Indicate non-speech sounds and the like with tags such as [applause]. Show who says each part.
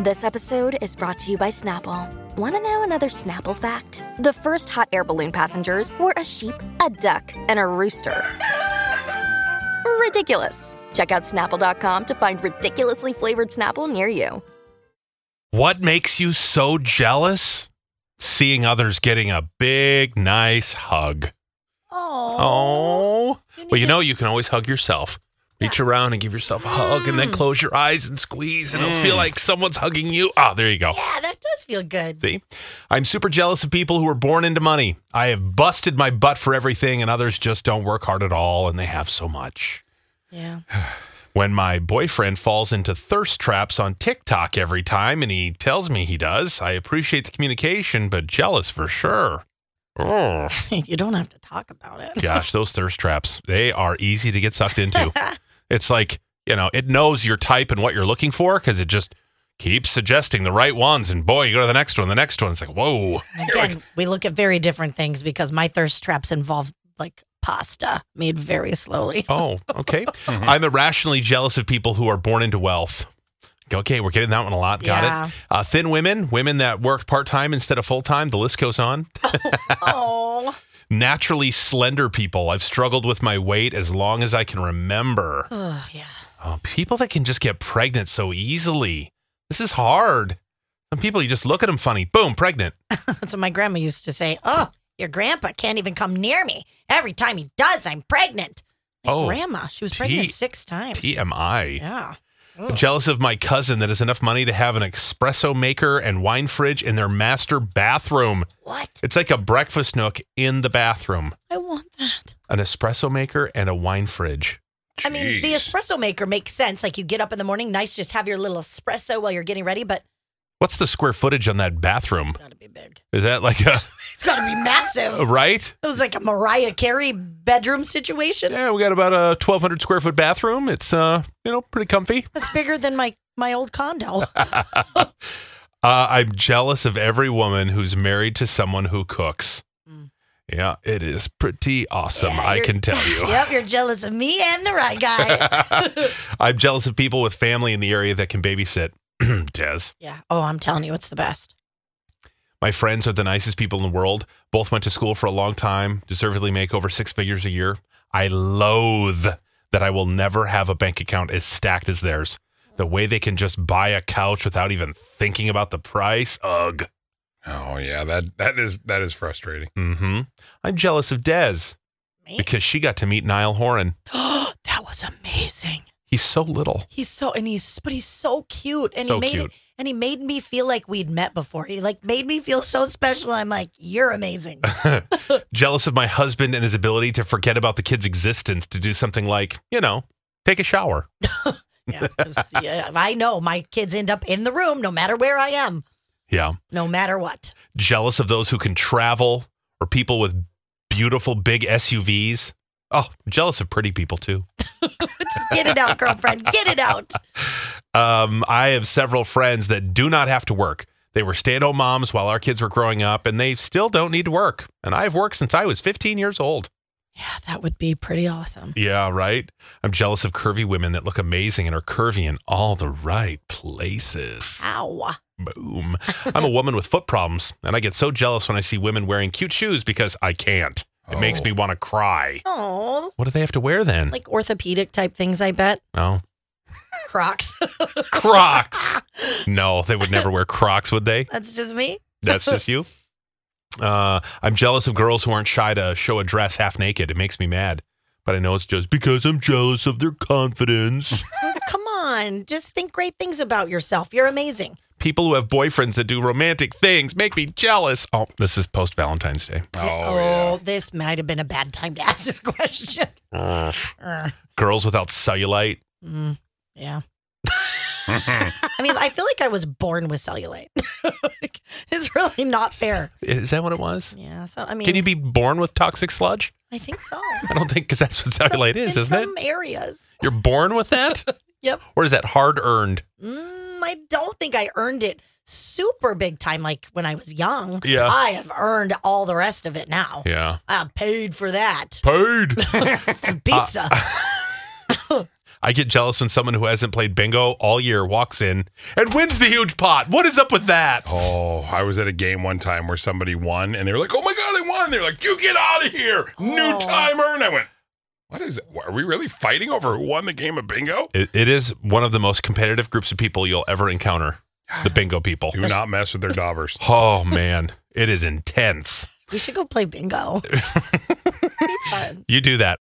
Speaker 1: This episode is brought to you by Snapple. Want to know another Snapple fact? The first hot air balloon passengers were a sheep, a duck, and a rooster. Ridiculous. Check out snapple.com to find ridiculously flavored Snapple near you.
Speaker 2: What makes you so jealous? Seeing others getting a big, nice hug. Oh.
Speaker 3: You need
Speaker 2: well, you
Speaker 3: to-
Speaker 2: know, you can always hug yourself. Reach around and give yourself a hug and
Speaker 3: Mm.
Speaker 2: then close your eyes and squeeze and it'll feel like someone's hugging you. Ah, there you go.
Speaker 3: Yeah, that does feel good.
Speaker 2: See? I'm super jealous of people who are born into money. I have busted my butt for everything and others just don't work hard at all and they have so much. [laughs]
Speaker 3: Yeah. [laughs]
Speaker 2: When my boyfriend falls into thirst traps on TikTok every time and he tells me he does, I appreciate the communication, but jealous for sure. Oh,
Speaker 3: you don't have to talk about it.
Speaker 2: gosh, those thirst traps, they are easy to get sucked into. it's like, you know, it knows your type and what you're looking for because it just keeps suggesting the right ones. And boy, you go to the next one, the next one. It's like, whoa.
Speaker 3: Again, we look at very different things because my thirst traps involve like pasta made
Speaker 2: [laughs]
Speaker 3: very slowly.
Speaker 2: Oh, okay.
Speaker 3: Mm-hmm.
Speaker 2: I'm irrationally jealous of people who are born into wealth. Okay, we're getting that one a lot. Got
Speaker 3: Yeah.
Speaker 2: it. Uh, thin women, women that worked part time instead of full time. The list goes on.
Speaker 3: [laughs] oh.
Speaker 2: Naturally slender people. I've struggled with my weight as long as I can remember.
Speaker 3: Oh, yeah.
Speaker 2: Oh, people that can just get pregnant so easily. This is hard. Some people, you just look at them funny. Boom, pregnant.
Speaker 3: That's what my grandma used to say. Oh, your grandpa can't even come near me. Every time he does, I'm pregnant. My
Speaker 2: Oh,
Speaker 3: grandma, she was
Speaker 2: T-
Speaker 3: pregnant six times.
Speaker 2: TMI.
Speaker 3: yeah.
Speaker 2: I'm jealous of my cousin that has enough money to have an espresso maker and wine fridge in their master bathroom.
Speaker 3: What?
Speaker 2: It's like a breakfast nook in the bathroom,
Speaker 3: I want that.
Speaker 2: an espresso maker and a wine fridge.
Speaker 3: I mean, the espresso maker makes sense. Like you get up in the morning, nice, just have your little espresso while you're getting ready, but
Speaker 2: What's the square footage on that bathroom?
Speaker 3: gotta be big.
Speaker 2: Is that like a, [laughs]
Speaker 3: It's gotta be massive.
Speaker 2: a right?
Speaker 3: It was like a Mariah Carey bedroom situation.
Speaker 2: Yeah, we got about a 1200 square foot bathroom. It's uh, you know, pretty comfy.
Speaker 3: That's bigger than my my old
Speaker 2: [laughs]
Speaker 3: condo.
Speaker 2: Uh, I'm jealous of every woman who's married to someone who cooks.
Speaker 3: Mm.
Speaker 2: Yeah, it is pretty awesome,
Speaker 3: Yeah,
Speaker 2: I
Speaker 3: you're-
Speaker 2: can tell you.
Speaker 3: [laughs] yep, you're jealous of me and the right guy.
Speaker 2: [laughs] I'm jealous of people with family in the area that can babysit. [clears throat] Des.
Speaker 3: yeah. Oh, I'm telling you, it's the best.
Speaker 2: My friends are the nicest people in the world. Both went to school for a long time, deservedly make over six figures a year. I loathe that I will never have a bank account as stacked as theirs. The way they can just buy a couch without even thinking about the price. Ugh.
Speaker 4: Oh yeah, that that is that is frustrating.
Speaker 2: Mm-hmm. I'm jealous of Dez
Speaker 3: Man.
Speaker 2: because she got to meet Niall Horan.
Speaker 3: [gasps] that was amazing.
Speaker 2: He's so little.
Speaker 3: He's so and he's but he's so cute and
Speaker 2: So
Speaker 3: he made
Speaker 2: cute.
Speaker 3: and he made me feel like we'd met before. He like made me feel so special. I'm like,
Speaker 2: [laughs]
Speaker 3: you're amazing.
Speaker 2: Jealous of my husband and his ability to forget about the kid's existence to do something like, you know, take a shower.
Speaker 3: yeah, 'cause, yeah, I know my kids end up in the room no matter where I am,
Speaker 2: Yeah.
Speaker 3: no matter what.
Speaker 2: jealous of those who can travel or people with beautiful big SUVs. Oh, jealous of pretty people too.
Speaker 3: Just get it out, girlfriend. Get it out.
Speaker 2: Um, I have several friends that do not have to work. They were stay at home moms while our kids were growing up, and they still don't need to work. And I've worked since I was 15 years old.
Speaker 3: Yeah, that would be pretty awesome.
Speaker 2: Yeah, right. I'm jealous of curvy women that look amazing and are curvy in all the right places.
Speaker 3: Ow.
Speaker 2: Boom. I'm a woman with foot problems, and I get so jealous when I see women wearing cute shoes because I can't. It makes
Speaker 4: Oh.
Speaker 2: me want to cry.
Speaker 3: Oh,
Speaker 2: What do they have to wear then?
Speaker 3: like orthopedic type things, I bet. [laughs]
Speaker 2: oh,
Speaker 3: Crocs. [laughs]
Speaker 2: Crocs. no, they would never wear Crocs, would they?
Speaker 3: That's just me.
Speaker 2: That's just you. Uh, I'm jealous of girls who aren't shy to show a dress half naked. It makes me mad, but I know it's just because I'm jealous of their
Speaker 3: [laughs]
Speaker 2: confidence.
Speaker 3: Oh, Come on. Just think great things about yourself. You're amazing.
Speaker 2: People who have boyfriends that do romantic things make me jealous. Oh, this is post Valentine's Day.
Speaker 4: Oh,
Speaker 3: Oh, this might have been a bad time to ask this [laughs] question.
Speaker 2: Ugh.
Speaker 3: Uh,
Speaker 2: Girls without cellulite.
Speaker 3: mm,
Speaker 2: [laughs]
Speaker 3: yeah. I mean, I feel like I was born with cellulite. [laughs] Like, it's really not fair.
Speaker 2: Is that what it was?
Speaker 3: Yeah. So, I mean,
Speaker 2: Can you be born with toxic sludge?
Speaker 3: I think so.
Speaker 2: I don't think because that's what cellulite
Speaker 3: In
Speaker 2: is, isn't it?
Speaker 3: some areas.
Speaker 2: You're born with that,
Speaker 3: [laughs] Yep.
Speaker 2: or is that hard earned?
Speaker 3: Mm, I don't think I earned it super big time like when I was young.
Speaker 2: Yeah.
Speaker 3: I have earned all the rest of it now.
Speaker 2: Yeah,
Speaker 3: I paid for that.
Speaker 2: [laughs] paid.
Speaker 3: Pizza.
Speaker 2: [laughs] I get jealous when someone who hasn't played bingo all year walks in and wins the huge pot. What is up with that?
Speaker 4: Oh, I was at a game one time where somebody won and they were like, oh my God, I won. They're like, you get out of here. New
Speaker 3: Oh.
Speaker 4: timer. And I went, what is it? Are we really fighting over who won the game of bingo?
Speaker 2: It, it is one of the most competitive groups of people you'll ever encounter. The bingo people.
Speaker 4: Do not mess with their daubers.
Speaker 2: Oh man, it is intense. [laughs]
Speaker 3: We should go play bingo. It'd be fun.
Speaker 2: You do that.